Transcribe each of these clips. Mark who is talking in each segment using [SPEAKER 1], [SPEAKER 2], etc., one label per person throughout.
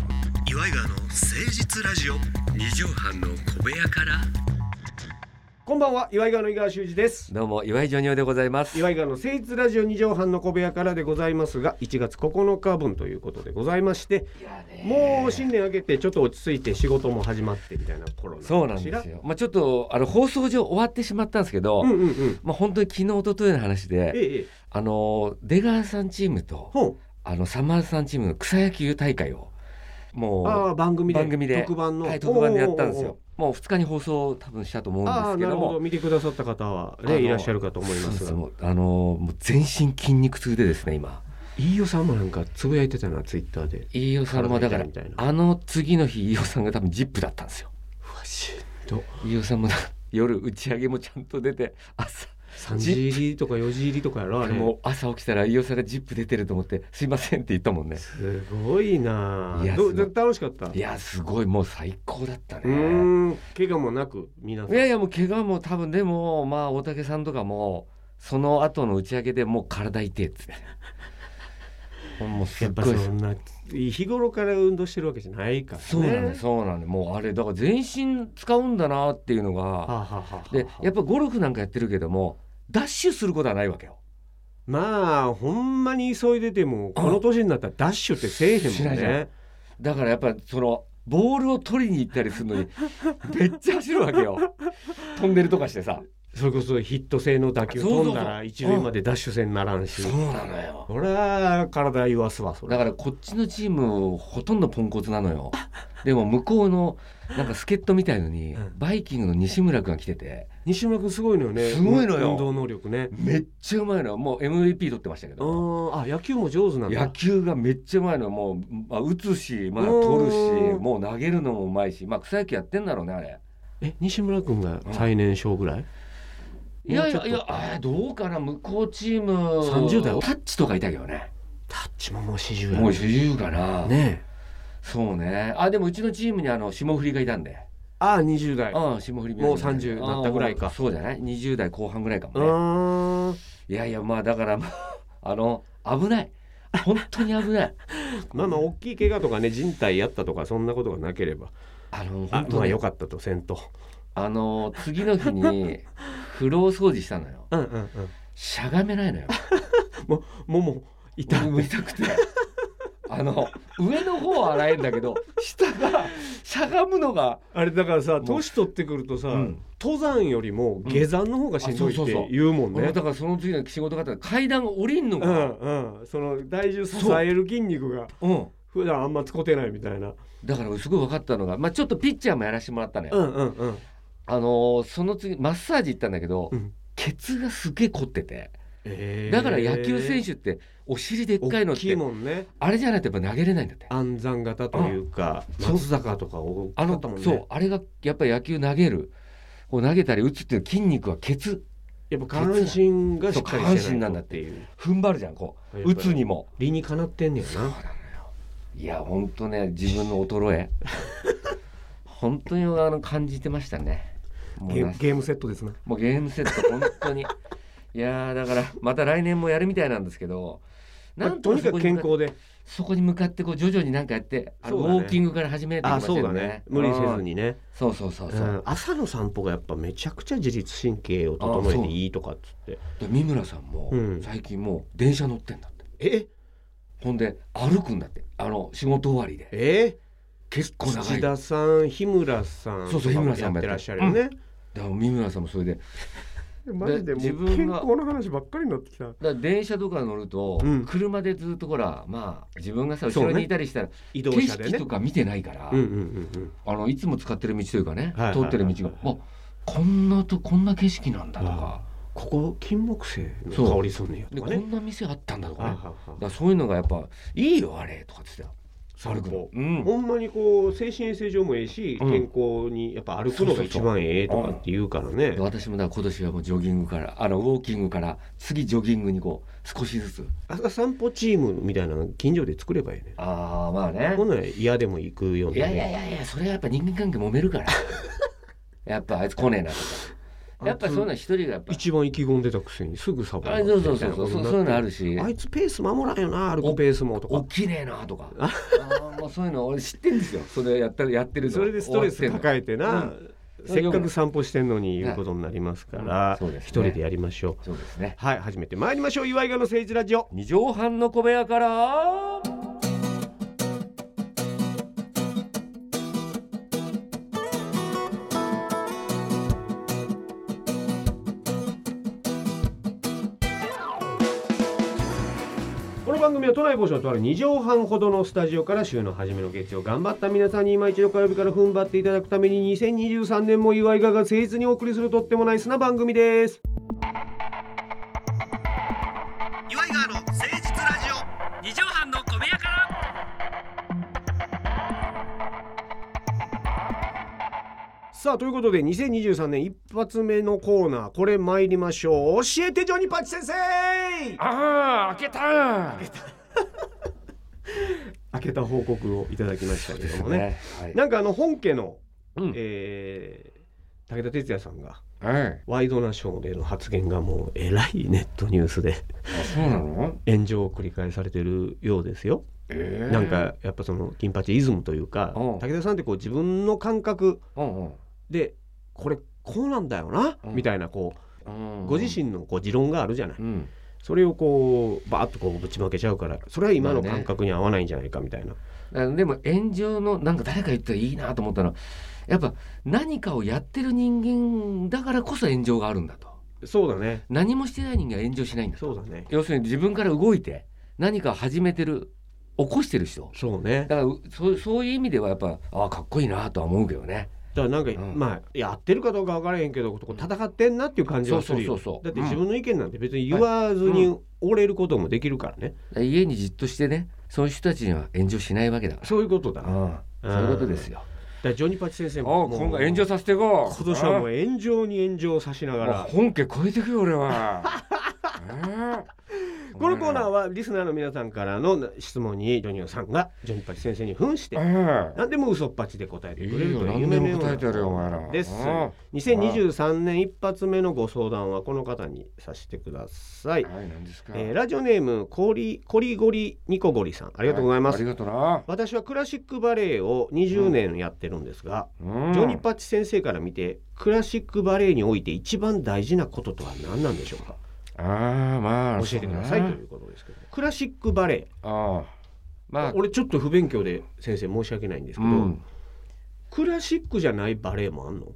[SPEAKER 1] イガーの誠実ラジオ
[SPEAKER 2] 二畳半の小部屋から
[SPEAKER 3] こんばんは、岩井川の井川修司です。
[SPEAKER 2] どうも岩井ジョニオでございます
[SPEAKER 3] 岩井川の誠実ラジオ二畳半の小部屋からでございますが、1月9日分ということでございまして、もう新年明けてちょっと落ち着いて仕事も始まってみたいな頃
[SPEAKER 2] そうなんですよまあちょっとあの放送上終わってしまったんですけど、
[SPEAKER 3] うんうんうん。
[SPEAKER 2] まあ本当に昨日一昨日の話
[SPEAKER 3] ええ
[SPEAKER 2] で
[SPEAKER 3] ええ、
[SPEAKER 2] あの出川さんチームと
[SPEAKER 3] ほん、
[SPEAKER 2] あのサマーズさんチームの草野球大会を
[SPEAKER 3] あ
[SPEAKER 2] も
[SPEAKER 3] あ番組
[SPEAKER 2] う
[SPEAKER 3] で
[SPEAKER 2] 番組で
[SPEAKER 3] 特番の、
[SPEAKER 2] はい、特番でやったんで
[SPEAKER 3] お
[SPEAKER 2] すよ
[SPEAKER 3] ーおーおー。
[SPEAKER 2] もう2日に放送を多分したと思うんで
[SPEAKER 3] ああ
[SPEAKER 2] すけ
[SPEAKER 3] なる
[SPEAKER 2] ど
[SPEAKER 3] ほど
[SPEAKER 2] も
[SPEAKER 3] 見てくださった方は
[SPEAKER 2] あの
[SPEAKER 3] ねいらっしゃるかと思います
[SPEAKER 2] そ
[SPEAKER 3] が
[SPEAKER 2] うそうあのもう全身筋肉痛でですね今
[SPEAKER 3] 飯尾さんもなんかつぶやいてたなツイッターで
[SPEAKER 2] 飯尾さんもだから
[SPEAKER 3] 体痛いみたいな
[SPEAKER 2] あの次の日飯尾さんが多分ジップだったんですよ
[SPEAKER 3] うわしんど
[SPEAKER 2] 飯尾さんもだ夜打ち上げもちゃんと出て朝
[SPEAKER 3] 3時入りとか4時入りとかやろあれ
[SPEAKER 2] もう朝起きたら飯尾さんがジップ出てると思って「すいません」って言ったもんね
[SPEAKER 3] すごいない
[SPEAKER 2] や
[SPEAKER 3] あど
[SPEAKER 2] すごいう
[SPEAKER 3] 楽しかった
[SPEAKER 2] いやすごいもう最高だった
[SPEAKER 3] う
[SPEAKER 2] ね
[SPEAKER 3] ーん怪我もなく皆さ
[SPEAKER 2] い
[SPEAKER 3] ん
[SPEAKER 2] やいやもう怪我も多分でもまあ大竹さんとかもその後の打ち上げでもう体痛いっつってもうす
[SPEAKER 3] や
[SPEAKER 2] っ
[SPEAKER 3] っぱ
[SPEAKER 2] ごい
[SPEAKER 3] そんな日頃から運動してるわけじゃないからね
[SPEAKER 2] そうなんだよそうなんだよもうあれだから全身使うんだなっていうの
[SPEAKER 3] はあ
[SPEAKER 2] が
[SPEAKER 3] はあはあはあ
[SPEAKER 2] でやっぱゴルフなんかやってるけどもダッシュすることはないわけよ
[SPEAKER 3] まあほんまに急いでてもこの年になったらダッシュってせえへん
[SPEAKER 2] し
[SPEAKER 3] も
[SPEAKER 2] なんいじゃ
[SPEAKER 3] ね
[SPEAKER 2] だからやっぱそのボールを取りに行ったりするのにめっちゃ走るわけよ飛んでるとかしてさ
[SPEAKER 3] それこそヒット性の打球
[SPEAKER 2] そうそ
[SPEAKER 3] 飛
[SPEAKER 2] うそうん
[SPEAKER 3] だら一塁までダッシュ性にならんし
[SPEAKER 2] なのよ
[SPEAKER 3] そりゃ体言わすわそ
[SPEAKER 2] だ
[SPEAKER 3] れ
[SPEAKER 2] からこっちのチームほとんどポンコツなのよでも向こうのなんか助っ人みたいのに
[SPEAKER 3] うん
[SPEAKER 2] バイキングの西村君が来てて
[SPEAKER 3] 西村君すごいのよね
[SPEAKER 2] すごいのよ
[SPEAKER 3] 運動能力ね
[SPEAKER 2] めっちゃうまいのよもう MVP 取ってましたけ
[SPEAKER 3] あ
[SPEAKER 2] ど
[SPEAKER 3] ーあ野球も上手なんだ
[SPEAKER 2] 野球がめっちゃうまいのよもう、まあ、打つし、まあ、取るし
[SPEAKER 3] うん
[SPEAKER 2] もう投げるのもうまいしまあ草野球やってんだろうねあれ
[SPEAKER 3] え西村君が最年少ぐらい
[SPEAKER 2] いやい
[SPEAKER 3] もう
[SPEAKER 2] やい
[SPEAKER 3] ちょっ
[SPEAKER 2] や
[SPEAKER 3] と
[SPEAKER 2] あーどうかな向こうチーム
[SPEAKER 3] 30代
[SPEAKER 2] タッチとかいたけどね
[SPEAKER 3] タッチももう40や
[SPEAKER 2] もう主流かな、
[SPEAKER 3] ねえ
[SPEAKER 2] そうねあでもうちのチームにあの霜降りがいたんで、
[SPEAKER 3] ああ20代う
[SPEAKER 2] うん霜降り明
[SPEAKER 3] もう
[SPEAKER 2] 星みたい
[SPEAKER 3] 30なったぐらいか
[SPEAKER 2] あーそうじゃない20代後半ぐらいかもね、
[SPEAKER 3] ーん
[SPEAKER 2] いやいやまあだからまあ あの危ない本当に危ない
[SPEAKER 3] まあまあ大きい怪我とかね人体やったとかそんなことがなければ
[SPEAKER 2] あの
[SPEAKER 3] あ
[SPEAKER 2] 本
[SPEAKER 3] ま
[SPEAKER 2] 当
[SPEAKER 3] あ
[SPEAKER 2] に
[SPEAKER 3] 良
[SPEAKER 2] あ
[SPEAKER 3] かったとせんと
[SPEAKER 2] の次の日 に風呂掃除したのよ
[SPEAKER 3] うんうんうん
[SPEAKER 2] しゃがめないのよ
[SPEAKER 3] もも痛
[SPEAKER 2] もう痛くてあの上の方は洗えんだけど下がしゃがむのが
[SPEAKER 3] あれだからさ
[SPEAKER 2] う
[SPEAKER 3] 年取ってくるとさ、
[SPEAKER 2] うん
[SPEAKER 3] 登山よりも下山の方がしんどい
[SPEAKER 2] うんあそう
[SPEAKER 3] っ
[SPEAKER 2] そうそう
[SPEAKER 3] て言うもん
[SPEAKER 2] 俺
[SPEAKER 3] ね
[SPEAKER 2] だ。からその次の仕事があったら階段を降りんの
[SPEAKER 3] う
[SPEAKER 2] が、
[SPEAKER 3] んうん、その体重支える筋肉が
[SPEAKER 2] うん、
[SPEAKER 3] 普段あんま使ってないみたいな。
[SPEAKER 2] だからすごい分かったのが、まあ、ちょっとピッチャーもやらせてもらったのよ、
[SPEAKER 3] うんうんうん。
[SPEAKER 2] あのーその次マッサージ行ったんだけど、
[SPEAKER 3] うん
[SPEAKER 2] ケツがすげえ凝ってて
[SPEAKER 3] えー
[SPEAKER 2] だから野球選手ってお尻でっかいの
[SPEAKER 3] 大
[SPEAKER 2] っ
[SPEAKER 3] きい
[SPEAKER 2] て
[SPEAKER 3] もんね。
[SPEAKER 2] あれじゃないとやっぱ投げれないんだってあ
[SPEAKER 3] 安山型というか
[SPEAKER 2] そう
[SPEAKER 3] 松坂とか多か
[SPEAKER 2] の
[SPEAKER 3] ったもんね。
[SPEAKER 2] そうあれがやっぱり野球投げるこう投げたり打つっていう筋肉はケツ
[SPEAKER 3] やっぱ下半身がしっかりしてないと
[SPEAKER 2] そう下半身なんだって
[SPEAKER 3] いう。
[SPEAKER 2] 踏ん張るじゃんこう打つにも
[SPEAKER 3] 理にかなってんねや
[SPEAKER 2] そうな
[SPEAKER 3] な
[SPEAKER 2] の。よいやほんとね自分の衰 え本当にあの感じてましたねもう
[SPEAKER 3] ゲ
[SPEAKER 2] な
[SPEAKER 3] ゲームセットですな。
[SPEAKER 2] もうゲームセット本 当にいやーだからまた来年もやるみたいなんですけど
[SPEAKER 3] まあ
[SPEAKER 2] なん
[SPEAKER 3] とにかく
[SPEAKER 2] そこに
[SPEAKER 3] 健
[SPEAKER 2] 向か
[SPEAKER 3] 康で。
[SPEAKER 2] そこに向かってこう徐々になんかやってあの
[SPEAKER 3] そう
[SPEAKER 2] ウ
[SPEAKER 3] だね
[SPEAKER 2] ォーキングから始めていき
[SPEAKER 3] あ
[SPEAKER 2] ましょ
[SPEAKER 3] そう
[SPEAKER 2] う
[SPEAKER 3] だね。無理せず
[SPEAKER 2] うん
[SPEAKER 3] にね。、
[SPEAKER 2] そうそうそうそううん
[SPEAKER 3] 朝の散歩がやっぱめちゃくちゃ自律神経を整えていいとかっつって
[SPEAKER 2] で三村さんも
[SPEAKER 3] うん
[SPEAKER 2] 最近もう電車乗ってんだって
[SPEAKER 3] え
[SPEAKER 2] ほんで歩くんだってあの仕事終わりで
[SPEAKER 3] え
[SPEAKER 2] 結構長
[SPEAKER 3] 土
[SPEAKER 2] いだか
[SPEAKER 3] 田さん日村さん
[SPEAKER 2] そうそう
[SPEAKER 3] とかも
[SPEAKER 2] 日村さんも
[SPEAKER 3] や
[SPEAKER 2] や
[SPEAKER 3] っててら
[SPEAKER 2] っ
[SPEAKER 3] っしゃるよね、
[SPEAKER 2] ら三村さんもそれでだか
[SPEAKER 3] マジでも
[SPEAKER 2] 自
[SPEAKER 3] う
[SPEAKER 2] 分
[SPEAKER 3] 健
[SPEAKER 2] が
[SPEAKER 3] 康の話ばっかりになってきた
[SPEAKER 2] ら電車とか乗ると
[SPEAKER 3] うん
[SPEAKER 2] 車でずっとほらまあ自分がさ
[SPEAKER 3] そう
[SPEAKER 2] 後
[SPEAKER 3] ね
[SPEAKER 2] ろにいたりしたら
[SPEAKER 3] 移動
[SPEAKER 2] 景
[SPEAKER 3] 車で
[SPEAKER 2] 色
[SPEAKER 3] ね
[SPEAKER 2] とか見てないから
[SPEAKER 3] うんうんうん
[SPEAKER 2] あのいつも使ってる道というかね、
[SPEAKER 3] はいはいはいはい
[SPEAKER 2] 通ってる道が、あこんなとこんな景色なんだとか
[SPEAKER 3] あ、ここ金木犀
[SPEAKER 2] そう
[SPEAKER 3] の香りすんねや
[SPEAKER 2] で
[SPEAKER 3] と
[SPEAKER 2] こ
[SPEAKER 3] かね
[SPEAKER 2] んな店あったんだとか
[SPEAKER 3] あ
[SPEAKER 2] ね、
[SPEAKER 3] は
[SPEAKER 2] だか
[SPEAKER 3] は
[SPEAKER 2] らそういうのがやっぱいいよあれとかつってた
[SPEAKER 3] 散歩
[SPEAKER 2] うん、
[SPEAKER 3] ほんまにこう精神衛生上もええし、
[SPEAKER 2] うん
[SPEAKER 3] 健康にやっぱ歩くのが一番ええとかって言うからね
[SPEAKER 2] で私もだから今年はもうジョギングからあのウォーキングから次ジョギングにこう少しずつ
[SPEAKER 3] 朝散歩チームみたいなの近所で作ればいいね
[SPEAKER 2] ああまあね
[SPEAKER 3] ほんなら嫌でも行くよう
[SPEAKER 2] い
[SPEAKER 3] に
[SPEAKER 2] や
[SPEAKER 3] ね
[SPEAKER 2] いやいやいやそれはやっぱ人間関係揉めるからやっぱあいつ来ねえなとかやっぱそういうの一人がやっぱ
[SPEAKER 3] 一番意気込んでたくせにすぐサボ
[SPEAKER 2] あそうそうそうそうそうそういうのあるし
[SPEAKER 3] あいつペース守らんよな歩くペースもと
[SPEAKER 2] お
[SPEAKER 3] か
[SPEAKER 2] きねえなとかあーもうそういうの俺知ってるんですよそれやったやってるの
[SPEAKER 3] それでストレス抱えて
[SPEAKER 2] 終わ
[SPEAKER 3] な
[SPEAKER 2] っ、ん
[SPEAKER 3] せっかく散歩してんのに言うことになりますから
[SPEAKER 2] うんそうですね
[SPEAKER 3] 一人でやりましょう
[SPEAKER 2] そうですね
[SPEAKER 3] はい始めてまいりましょう岩井川の政治ラジオ
[SPEAKER 2] 二畳半の小部屋から
[SPEAKER 3] この番組は都内某所のとある2畳半ほどのスタジオから週の初めの月曜頑張った皆さんに今一度火曜日から踏ん張っていただくために2023年も岩井川が誠実にお送りするとってもナイスな番組です
[SPEAKER 1] 岩井川の誠実ラジオ二畳半の小部屋から
[SPEAKER 3] さあということで2023年一発目のコーナーこれ参りましょう教えてジョニパチ先生
[SPEAKER 2] ああ開けた
[SPEAKER 3] 開けた報告をいただきましたけどもね
[SPEAKER 2] ねはい
[SPEAKER 3] なんかあの本家の、
[SPEAKER 2] うん
[SPEAKER 3] えー武田鉄矢さんが
[SPEAKER 2] はい
[SPEAKER 3] ワイドナショーでの発言がもうえらいネットニュースで
[SPEAKER 2] あそうなの
[SPEAKER 3] 炎上を繰り返されてるようですよ。
[SPEAKER 2] ええ
[SPEAKER 3] なんかやっぱその金八イズムというか
[SPEAKER 2] うん
[SPEAKER 3] 武田さんってこう自分の感覚
[SPEAKER 2] うんうん
[SPEAKER 3] でこれこうなんだよな、
[SPEAKER 2] うん
[SPEAKER 3] みたいなこう
[SPEAKER 2] ご
[SPEAKER 3] ご自身のこう持論があるじゃない、
[SPEAKER 2] うん、
[SPEAKER 3] それをこうバーッとこうぶちまけちゃうからそれは今の感覚に合わないんじゃないかみたいな、
[SPEAKER 2] あでも炎上のなんか誰か言ったらいいなと思ったのはやっぱ何かをやってる人間だからこそ炎上があるんだと
[SPEAKER 3] そうだね
[SPEAKER 2] 何もしてない人間は炎上しないんだと
[SPEAKER 3] そうだね
[SPEAKER 2] 要するに自分から動いて何かを始めてる起こしてる人
[SPEAKER 3] そうね
[SPEAKER 2] だからうそうそういう意味ではやっぱああかっこいいなとは思うけどね
[SPEAKER 3] だからなんか、
[SPEAKER 2] うん
[SPEAKER 3] まあやってるかどうか分からへんけどこう戦ってんなっていう感じはするよ
[SPEAKER 2] そうそうそうそう
[SPEAKER 3] だって自分の意見なんて別に言わずに折れることもできるからね、
[SPEAKER 2] 家にじっとしてねそういう人たちには炎上しないわけだか
[SPEAKER 3] そういうことだ
[SPEAKER 2] ら、
[SPEAKER 3] なだか
[SPEAKER 2] うん、そういうことですよ
[SPEAKER 3] らジョニパチ先生
[SPEAKER 2] お
[SPEAKER 3] も
[SPEAKER 2] う
[SPEAKER 3] もう
[SPEAKER 2] 今回炎上させていこう
[SPEAKER 3] 今年はもう炎上に炎上さしなが
[SPEAKER 2] も
[SPEAKER 3] ら
[SPEAKER 2] う本家超えてくよ俺 は、ええ
[SPEAKER 3] このコーナーはリスナーの皆さんからの質問にジョニオさんがジョニパチ先生に扮して
[SPEAKER 2] ええ
[SPEAKER 3] 何でも嘘っぱちで答えてくれ
[SPEAKER 2] い
[SPEAKER 3] る
[SPEAKER 2] いよ
[SPEAKER 3] という
[SPEAKER 2] 何
[SPEAKER 3] 夢
[SPEAKER 2] で
[SPEAKER 3] のよ
[SPEAKER 2] も
[SPEAKER 3] うな
[SPEAKER 2] 答えてやるよお前ら
[SPEAKER 3] です
[SPEAKER 2] うん
[SPEAKER 3] 2023年一発目のご相談はこの方にさせてください、
[SPEAKER 2] はい何ですか、
[SPEAKER 3] えーラジオネームコリコリゴリニコゴリさんありがとうございます、
[SPEAKER 2] ありがとうな、
[SPEAKER 3] 私はクラシックバレエを20年やってるんですが、
[SPEAKER 2] うん
[SPEAKER 3] ジョニパチ先生から見てクラシックバレエにおいて一番大事なこととは何なんでしょうか
[SPEAKER 2] ああまあ
[SPEAKER 3] 教えてください
[SPEAKER 2] そう
[SPEAKER 3] と
[SPEAKER 2] ね
[SPEAKER 3] いうことですけどクラシックバレエ
[SPEAKER 2] ああまあ
[SPEAKER 3] 俺ちょっと不勉強で先生申し訳ないんですけ
[SPEAKER 2] う
[SPEAKER 3] ど、
[SPEAKER 2] ん
[SPEAKER 3] クラシックじゃないバレエもあんの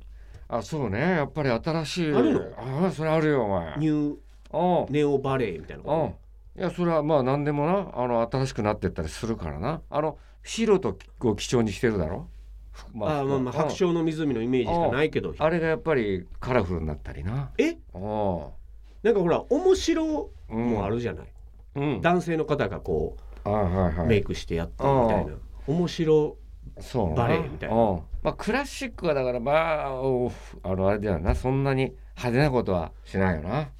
[SPEAKER 2] あそうねやっぱり新しい
[SPEAKER 3] あるの
[SPEAKER 2] ああそれあるよお前
[SPEAKER 3] ニュー
[SPEAKER 2] お
[SPEAKER 3] ネオバレエみたいな
[SPEAKER 2] う
[SPEAKER 3] こ
[SPEAKER 2] んいやそれはまあ何でもなあの新しくなってったりするからなあの白とを基調にしてるだろふ
[SPEAKER 3] と、
[SPEAKER 2] ま
[SPEAKER 3] あーまあまあ
[SPEAKER 2] うん
[SPEAKER 3] 白鳥の湖のイメージしかないけど
[SPEAKER 2] あれがやっぱりカラフルになったりな
[SPEAKER 3] え
[SPEAKER 2] お
[SPEAKER 3] なんかほら面白
[SPEAKER 2] ううん
[SPEAKER 3] もあるじゃない、
[SPEAKER 2] うん
[SPEAKER 3] 男性の方がこ
[SPEAKER 2] あはいは
[SPEAKER 3] う
[SPEAKER 2] い
[SPEAKER 3] メイクしてやったみたいな、面白
[SPEAKER 2] そう
[SPEAKER 3] バレエみたいな
[SPEAKER 2] うんまあクラシックはだからまあおあのあれだよなそんなに派手なことはしないよな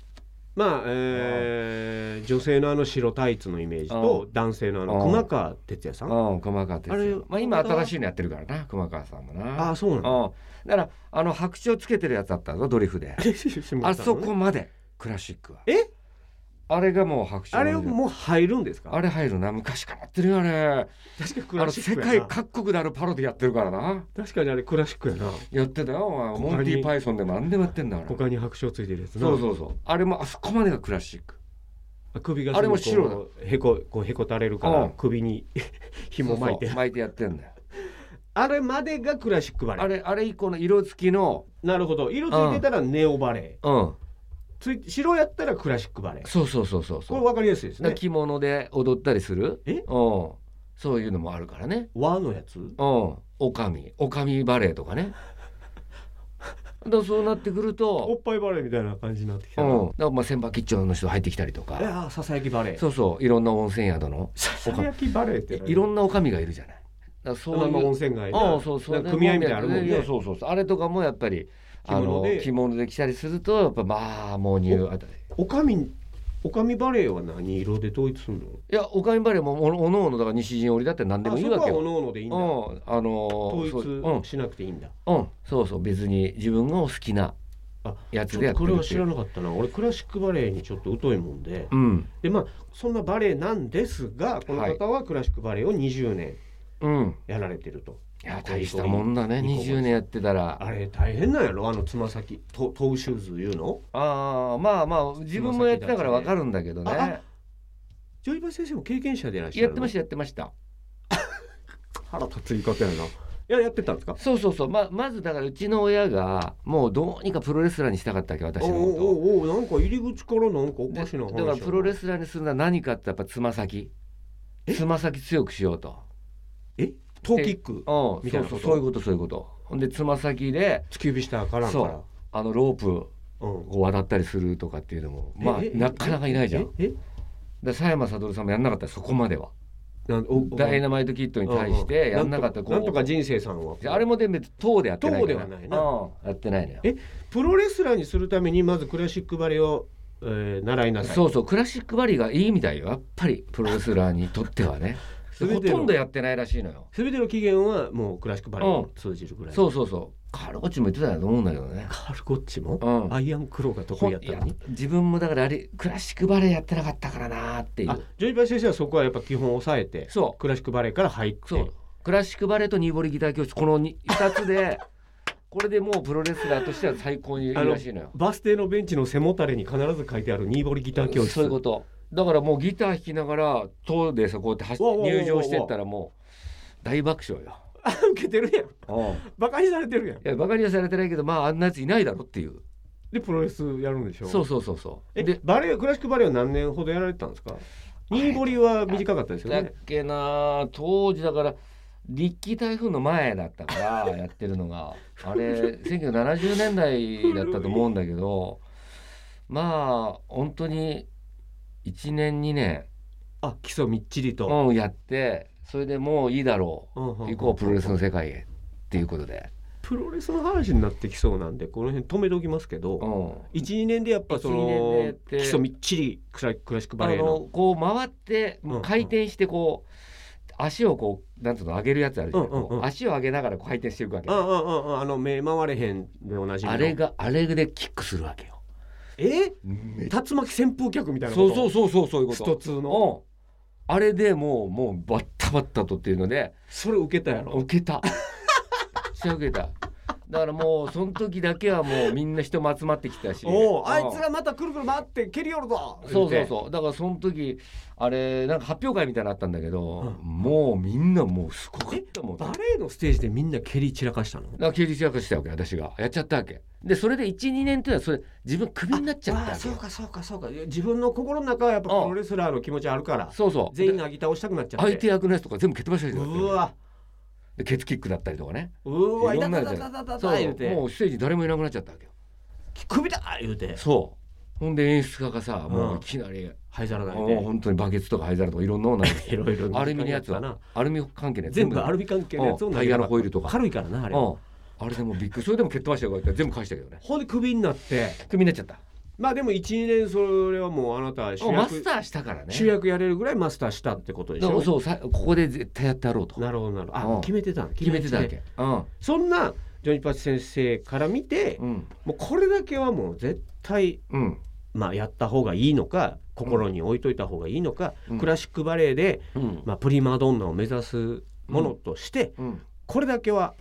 [SPEAKER 3] まあ、えー女性のあの白タイツのイメージと男性のあの
[SPEAKER 2] うん
[SPEAKER 3] 熊川哲也さんあ
[SPEAKER 2] うん熊川哲也
[SPEAKER 3] あれ
[SPEAKER 2] まあ今新しいのやってるからな熊川さんもな
[SPEAKER 3] あーそうな
[SPEAKER 2] うん
[SPEAKER 3] だ
[SPEAKER 2] だからあの白鳥つけてるやつだったぞドリフであそこまでクラシックは
[SPEAKER 3] え
[SPEAKER 2] あれがもう白鳥
[SPEAKER 3] あれ
[SPEAKER 2] の
[SPEAKER 3] もう入るんですか
[SPEAKER 2] あれ入るな昔からやってるよあれ
[SPEAKER 3] 確かク
[SPEAKER 2] あ
[SPEAKER 3] ラ
[SPEAKER 2] の
[SPEAKER 3] シッ
[SPEAKER 2] 世
[SPEAKER 3] クやな
[SPEAKER 2] 界各国であるパロディやってるからな
[SPEAKER 3] 確かにあれクラシックやな
[SPEAKER 2] やってたよお前
[SPEAKER 3] 他に
[SPEAKER 2] モンティ・パイソンでも何でもやってんだから
[SPEAKER 3] 他に白鳥ついてるやつな
[SPEAKER 2] そうそうそうあれもあそこまでがクラシック
[SPEAKER 3] 首が
[SPEAKER 2] あれも
[SPEAKER 3] すごくこうへここうへこたれるか
[SPEAKER 2] う
[SPEAKER 3] ら
[SPEAKER 2] ん
[SPEAKER 3] 首に 紐巻いて
[SPEAKER 2] そうそう巻いてやってんだよ
[SPEAKER 3] あれまでがクラシックバレ
[SPEAKER 2] あ
[SPEAKER 3] エ
[SPEAKER 2] れあれ以降の色付きの
[SPEAKER 3] なるほど色ついてたらネオバレエ
[SPEAKER 2] うん
[SPEAKER 3] つい白やったらクラシックバレエ
[SPEAKER 2] そうそうそうそうそ
[SPEAKER 3] これ
[SPEAKER 2] う
[SPEAKER 3] 分かりやすいです
[SPEAKER 2] だから
[SPEAKER 3] ね
[SPEAKER 2] 着物で踊ったりする
[SPEAKER 3] え
[SPEAKER 2] うんそういうのもあるからね
[SPEAKER 3] 和のやつ
[SPEAKER 2] うんおかみおかみバレーとかね だからそうなってくる
[SPEAKER 3] お
[SPEAKER 2] と
[SPEAKER 3] っぱいバレエみたいな感じになってき
[SPEAKER 2] う
[SPEAKER 3] たなん
[SPEAKER 2] だからまあ千葉吉兆の人入ってきたりと
[SPEAKER 3] え
[SPEAKER 2] か
[SPEAKER 3] あーささやきバレエ
[SPEAKER 2] そうそういろんな温泉宿の
[SPEAKER 3] ささやきバレエって
[SPEAKER 2] いろ
[SPEAKER 3] なん
[SPEAKER 2] なおかみがいるじゃないだからそ
[SPEAKER 3] そう
[SPEAKER 2] いう
[SPEAKER 3] う温泉街
[SPEAKER 2] ああそうそう
[SPEAKER 3] なんか組合みたいなのあるもん
[SPEAKER 2] いや
[SPEAKER 3] ね
[SPEAKER 2] そうそうそうあれとかもやっぱり
[SPEAKER 3] 着物で
[SPEAKER 2] あの着物で着たりするとやっぱまあもうニューあたり
[SPEAKER 3] おかみおかみバレエは何色で統一するの
[SPEAKER 2] いやおかみバレーもおおのおのだから西陣織だって何でもいいわ
[SPEAKER 3] あ
[SPEAKER 2] け
[SPEAKER 3] そこは
[SPEAKER 2] よ
[SPEAKER 3] おのおのでいいんだ
[SPEAKER 2] うんあのーそうう
[SPEAKER 3] 統
[SPEAKER 2] ん
[SPEAKER 3] 一しなくていいんだ
[SPEAKER 2] うんそうそう別に自分がお好きなやつ
[SPEAKER 3] ちょ
[SPEAKER 2] でや
[SPEAKER 3] っ
[SPEAKER 2] っ
[SPEAKER 3] とこ
[SPEAKER 2] てる
[SPEAKER 3] れ
[SPEAKER 2] っ
[SPEAKER 3] は
[SPEAKER 2] て
[SPEAKER 3] 知
[SPEAKER 2] い
[SPEAKER 3] ら
[SPEAKER 2] う
[SPEAKER 3] なかったな俺クラシックバレエにちょっと疎いもんで、
[SPEAKER 2] うん
[SPEAKER 3] でまあそんなバレエなんですがこの方はクラシックバレエを20年
[SPEAKER 2] うん
[SPEAKER 3] やられてると、
[SPEAKER 2] いや大したもんだね
[SPEAKER 3] ニコゴ
[SPEAKER 2] 20年やってたら
[SPEAKER 3] あれ大変なんやろあのつま先トトウシューズいうの
[SPEAKER 2] ああまあまあ自分もやってたからわかるんだけどね
[SPEAKER 3] あジョイバー先生も経験者でいらっしゃる
[SPEAKER 2] やっ
[SPEAKER 3] の
[SPEAKER 2] てましたやってました
[SPEAKER 3] 腹立つ言い方やないややってたんですか
[SPEAKER 2] そうそうそうままずだからうちの親がもうどうにかプロレスラーにしたかったわけ私
[SPEAKER 3] お
[SPEAKER 2] の
[SPEAKER 3] う
[SPEAKER 2] こと
[SPEAKER 3] おうおうなんか入り口からなんかおかしな話
[SPEAKER 2] でだからプロレ
[SPEAKER 3] ス
[SPEAKER 2] スラーにするのは何かってやっぱつま先
[SPEAKER 3] え
[SPEAKER 2] つま先強くしようと
[SPEAKER 3] えトーキック
[SPEAKER 2] うん
[SPEAKER 3] みたいなこと
[SPEAKER 2] そうそうそういうことそういうことほんでつま先で
[SPEAKER 3] 突き指したらあからんから
[SPEAKER 2] あのロープ
[SPEAKER 3] うん
[SPEAKER 2] を渡ったりするとかっていうのもまあ
[SPEAKER 3] ええ
[SPEAKER 2] なかなかいないじゃん
[SPEAKER 3] ええ
[SPEAKER 2] で佐山悟さんもやんなかったそこまでは
[SPEAKER 3] なんおお
[SPEAKER 2] ダイナマイトキッドに対してやんなかった
[SPEAKER 3] うん
[SPEAKER 2] こ
[SPEAKER 3] うんなんとか
[SPEAKER 2] う
[SPEAKER 3] 人生さんは
[SPEAKER 2] あれもで別に党でやってないから
[SPEAKER 3] 党ではないな
[SPEAKER 2] うんやってないのよ
[SPEAKER 3] えプロレスラーにするためにまずクラシックバレエを、えー、習いなさい
[SPEAKER 2] そうそうクラシックバリがいいみたいよやっぱりプロレスラーにとってはね
[SPEAKER 3] すべ
[SPEAKER 2] ほ
[SPEAKER 3] て
[SPEAKER 2] と
[SPEAKER 3] の
[SPEAKER 2] んどやってないらしいのよ
[SPEAKER 3] 全ての起源はもうクラシックバレエに通じるぐらい、
[SPEAKER 2] そうそうそうカルコッチも言ってたと思うんだけどね
[SPEAKER 3] カール・ゴッチも、
[SPEAKER 2] うん
[SPEAKER 3] アイアン・クローが得意やったの
[SPEAKER 2] ほん
[SPEAKER 3] に
[SPEAKER 2] いや自分もだからあれクラシックバレエやってなかったからなーってい
[SPEAKER 3] あ
[SPEAKER 2] う
[SPEAKER 3] ジョイバイ先生はそこはやっぱ基本抑えて
[SPEAKER 2] そ
[SPEAKER 3] クラシックバレエから入って
[SPEAKER 2] うそうクラシックバレエとニーボリギター教室このに2 つでこれでもうプロレスラーとしては最高にいいらしいのよ
[SPEAKER 3] バス停のベンチの背もたれに必ず書いてあるニーボリギター教室
[SPEAKER 2] そういうことだからもうギター弾きながら塔でそこって走っ
[SPEAKER 3] わあわあわあわあ
[SPEAKER 2] 入場してったらもう大爆笑よ
[SPEAKER 3] 受けてるやん
[SPEAKER 2] うん
[SPEAKER 3] バカにされてるやん
[SPEAKER 2] いやバカにはされてないけどまああんなやついないだろっていう
[SPEAKER 3] でプロレスやるんでしょ
[SPEAKER 2] そうそうそうそう
[SPEAKER 3] え
[SPEAKER 2] で
[SPEAKER 3] バレエクラシックバレエは何年ほどやられてたんですかニーボリは短かったですよ
[SPEAKER 2] だっ
[SPEAKER 3] ね
[SPEAKER 2] けな当時だから立気台風の前だったから やってるのがあれ1970年代だったと思うんだけどまあ本当に1年2年、
[SPEAKER 3] あ基礎みっちりと、
[SPEAKER 2] うん、やってそれでもういいだろ
[SPEAKER 3] うんうんう
[SPEAKER 2] うん行こうプロレスの世界へっていうことで、
[SPEAKER 3] プロレスの話になってきそうなんでこの辺止めておきますけ
[SPEAKER 2] う
[SPEAKER 3] ど、
[SPEAKER 2] ん、
[SPEAKER 3] 一二12年でやっぱそ
[SPEAKER 2] 12年でや
[SPEAKER 3] の
[SPEAKER 2] って
[SPEAKER 3] 基礎みっちりクラクラシックバ
[SPEAKER 2] あ
[SPEAKER 3] レエの
[SPEAKER 2] のこう回って
[SPEAKER 3] うんうん
[SPEAKER 2] 回転してこう足をこうなんつうの上げるやつあるじゃん,、
[SPEAKER 3] うんうんうん
[SPEAKER 2] こう足を上げながらこう回転していくわけ
[SPEAKER 3] うんうんうんうんあの目回れへんでおなじみの
[SPEAKER 2] あれがあれでキックするわけよ。
[SPEAKER 3] え竜巻旋風客みたいなこ
[SPEAKER 2] そ
[SPEAKER 3] と
[SPEAKER 2] うそうそうそうそういうこ
[SPEAKER 3] ス
[SPEAKER 2] と。
[SPEAKER 3] トツーの
[SPEAKER 2] のあれでもうもうバッタバッタとっていうので
[SPEAKER 3] それ受けたやろ
[SPEAKER 2] 受け た。し受けた。だからもうその時だけはもうみんな人も集まってきたし。
[SPEAKER 3] お
[SPEAKER 2] う
[SPEAKER 3] うんあいつ。がまたくるくる回って蹴りよるぞ
[SPEAKER 2] そうそう
[SPEAKER 3] う
[SPEAKER 2] そうだからその時あれなんか発表会みたいなのあったんだけど、もうみんなもうすごかったもん
[SPEAKER 3] バレエのステージでみんな蹴り散らかしたの
[SPEAKER 2] だから刑事役したわけ私がやっちゃったわけでそれで12年っていうのはそれ自分クビになっちゃったわ
[SPEAKER 3] あ
[SPEAKER 2] け
[SPEAKER 3] そうかそうかそうかいや自分の心の中はやっぱプロレスラーの気持ちあるから
[SPEAKER 2] そうそう
[SPEAKER 3] 全員
[SPEAKER 2] で
[SPEAKER 3] がぎ倒したくなっちゃって
[SPEAKER 2] 相手役のやつとか全部蹴飛ばしたりとか
[SPEAKER 3] うわ
[SPEAKER 2] でケツキックだったりとかね
[SPEAKER 3] うわ
[SPEAKER 2] い
[SPEAKER 3] い
[SPEAKER 2] ろ
[SPEAKER 3] た
[SPEAKER 2] んな
[SPEAKER 3] た
[SPEAKER 2] やつ
[SPEAKER 3] たたたた
[SPEAKER 2] そう
[SPEAKER 3] 言うて
[SPEAKER 2] もうステージ誰もいなくなっちゃったわけよ
[SPEAKER 3] 首だ言うて
[SPEAKER 2] そうほんで演出家がさもううんいきなり、
[SPEAKER 3] 灰皿投
[SPEAKER 2] もう
[SPEAKER 3] げて
[SPEAKER 2] 本当にバケツとか灰皿とかいろん なの投げて
[SPEAKER 3] いろいろ
[SPEAKER 2] アルミのやつ
[SPEAKER 3] だ
[SPEAKER 2] は
[SPEAKER 3] な
[SPEAKER 2] アルミ関係ね
[SPEAKER 3] 全部アルミ関係のやつを投げ
[SPEAKER 2] タイヤのホイールとか
[SPEAKER 3] 軽いからなあれ
[SPEAKER 2] うんあれでもうびっくりそれでも蹴っ飛ばしたよこうやって全部返したけどね
[SPEAKER 3] ほんでクビになって
[SPEAKER 2] クビになっちゃった
[SPEAKER 3] まあでも12年それはもうあなた主
[SPEAKER 2] もうマス
[SPEAKER 3] 役
[SPEAKER 2] ターしたからね
[SPEAKER 3] 主役やれるぐらいマスターしたってことでし
[SPEAKER 2] だから
[SPEAKER 3] ょ
[SPEAKER 2] そうさここで絶対やってやろうと
[SPEAKER 3] なるほどなるほど
[SPEAKER 2] う
[SPEAKER 3] あ
[SPEAKER 2] ん
[SPEAKER 3] 決めてたの
[SPEAKER 2] 決めてたわ
[SPEAKER 3] 決
[SPEAKER 2] けうん
[SPEAKER 3] そんなジョニーパチ先生から見て
[SPEAKER 2] うん
[SPEAKER 3] もうこれだけはもう絶対
[SPEAKER 2] うん
[SPEAKER 3] まあやった方がいいのか心に置いといた方がいいのか
[SPEAKER 2] うん
[SPEAKER 3] クラシックバレエで
[SPEAKER 2] うん
[SPEAKER 3] まあプリマドンナを目指すものとして
[SPEAKER 2] うん
[SPEAKER 3] これだけは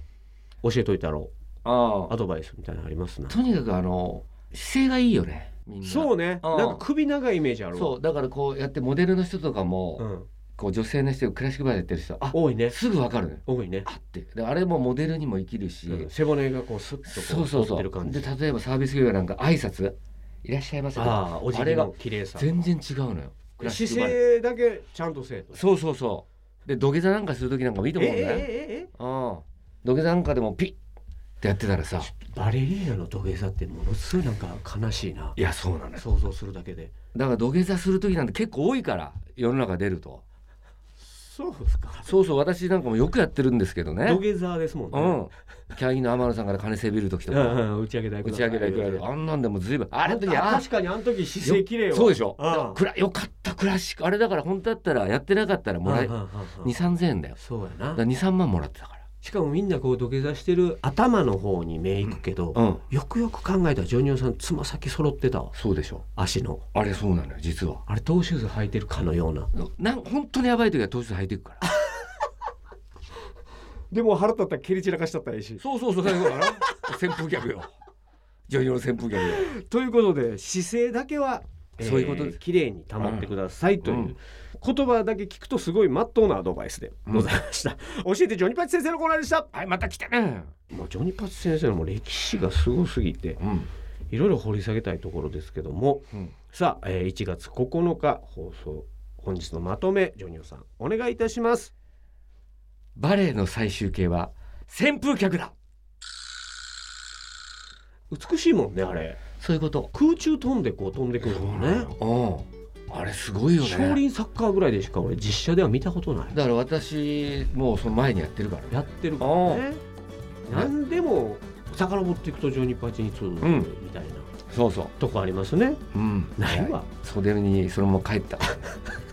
[SPEAKER 3] 教えといたろ
[SPEAKER 2] あ
[SPEAKER 3] うアドバイスみたいなのありますな
[SPEAKER 2] とにかくあの姿勢がいいよねみんな
[SPEAKER 3] そうね
[SPEAKER 2] うん
[SPEAKER 3] なんか首長いイメージあるわ
[SPEAKER 2] そうだからこうやってモデルの人とかも、
[SPEAKER 3] うん
[SPEAKER 2] こう女性の人クラシックバレエやってる人あ
[SPEAKER 3] 多いね
[SPEAKER 2] すぐわかるのよ
[SPEAKER 3] 多いね
[SPEAKER 2] あってであれもモデルにも生きるし、
[SPEAKER 3] うん背骨がこうスッと
[SPEAKER 2] そ
[SPEAKER 3] こ
[SPEAKER 2] うそう
[SPEAKER 3] う反っ
[SPEAKER 2] そ
[SPEAKER 3] てる
[SPEAKER 2] う
[SPEAKER 3] 感じ
[SPEAKER 2] で例えばサービス業なんか挨拶いらっしゃいませとか
[SPEAKER 3] ああお辞
[SPEAKER 2] あ
[SPEAKER 3] 儀
[SPEAKER 2] れが
[SPEAKER 3] の綺麗さ
[SPEAKER 2] 全然違うのよクラシッ
[SPEAKER 3] 姿
[SPEAKER 2] クバレエ
[SPEAKER 3] 勢だけちゃんとせえと
[SPEAKER 2] そうそうそうで土下座なんかする時なんかもいいと思うんだよ、
[SPEAKER 3] ええ
[SPEAKER 2] うん土下座なんかでもピッってやってたらさ
[SPEAKER 3] バレリーナの土下座ってものすごいなんか悲しいない
[SPEAKER 2] やそうなのよ
[SPEAKER 3] 想像するだけで
[SPEAKER 2] だから土下座する時なんて結構多いから世の中出ると
[SPEAKER 3] そうですか
[SPEAKER 2] そうそう私なんかもよくやってるんですけど
[SPEAKER 3] 土
[SPEAKER 2] ね
[SPEAKER 3] 下座ですもん
[SPEAKER 2] う
[SPEAKER 3] ね
[SPEAKER 2] んキャインの天野さんから金せびる時と
[SPEAKER 3] う
[SPEAKER 2] か
[SPEAKER 3] んうん打ち上げ代
[SPEAKER 2] 打ち上げらいくらいあんなんでも随分あ
[SPEAKER 3] あれ
[SPEAKER 2] れ
[SPEAKER 3] の
[SPEAKER 2] の
[SPEAKER 3] 時
[SPEAKER 2] 時あ
[SPEAKER 3] 確かにあの時姿勢綺麗よ
[SPEAKER 2] そうでしょ
[SPEAKER 3] うん
[SPEAKER 2] だからくらよかったクラシックあれだから本当だったらやってなかったらもらえ
[SPEAKER 3] うんうんうんうん
[SPEAKER 2] 2 3千円だよ
[SPEAKER 3] そうやな
[SPEAKER 2] だから23万もらってたから
[SPEAKER 3] しかもみんなこう土下座してる頭の方に目いくけど、
[SPEAKER 2] うん
[SPEAKER 3] よくよく考えたらジョニオさんつま先揃ってたわ
[SPEAKER 2] そうでしょ
[SPEAKER 3] 足の
[SPEAKER 2] あれそうなのよ実は
[SPEAKER 3] あれトーシューズ履いてるかのような
[SPEAKER 2] なん本当にやばい時は糖質履いていくから
[SPEAKER 3] でも腹立ったら蹴り散らかしちゃったらいいし
[SPEAKER 2] そうそうそう最後だな 扇風客よ女優の扇風客よ
[SPEAKER 3] ということで姿勢だけは
[SPEAKER 2] そういうことです
[SPEAKER 3] 綺麗に保ってくださいという、
[SPEAKER 2] うん
[SPEAKER 3] 言葉だけ聞くとすごい真っ当なアドバイスでございま した、教えてジョニパチ先生のコーナーでした
[SPEAKER 2] はいまた来てね
[SPEAKER 3] もうジョニパチ先生のもう歴史がすごすぎて
[SPEAKER 2] うん
[SPEAKER 3] いろいろ掘り下げたいところですけども
[SPEAKER 2] うん
[SPEAKER 3] さあ、えー1月9日放送本日のまとめジョニオさんお願いいたします
[SPEAKER 2] バレエの最終形は扇風客だ
[SPEAKER 3] 美しいもんねあれ
[SPEAKER 2] そういうこと
[SPEAKER 3] 空中飛んでこう飛んでくるもんね
[SPEAKER 2] うんあれすごいよ
[SPEAKER 3] 少
[SPEAKER 2] ね
[SPEAKER 3] 林サッカーぐらいでしか俺実写では見たことない
[SPEAKER 2] だから私もうその前にやってるからね
[SPEAKER 3] やってるからね何でも遡っていくとジョニパチに通るみ
[SPEAKER 2] ん
[SPEAKER 3] たいな、
[SPEAKER 2] そうそ
[SPEAKER 3] とこありますね
[SPEAKER 2] ううん
[SPEAKER 3] ないわ
[SPEAKER 2] 袖にそのまま帰った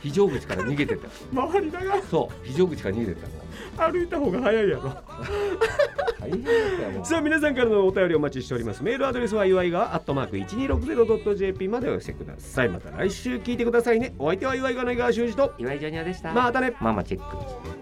[SPEAKER 2] 非常口から逃げてった
[SPEAKER 3] 周りだが
[SPEAKER 2] そう非常口から逃げてったの
[SPEAKER 3] 歩いた方が早いやろ
[SPEAKER 2] 大変だったよも う
[SPEAKER 3] さあ皆さんからのお便りお待ちしておりますメールアドレスは祝いがアットマーク 1260.jp までお寄せくださいまた来週聞いてくださいねお相手は祝いがないが修二と
[SPEAKER 2] 岩井ジョニアでした
[SPEAKER 3] またね
[SPEAKER 2] ママチェック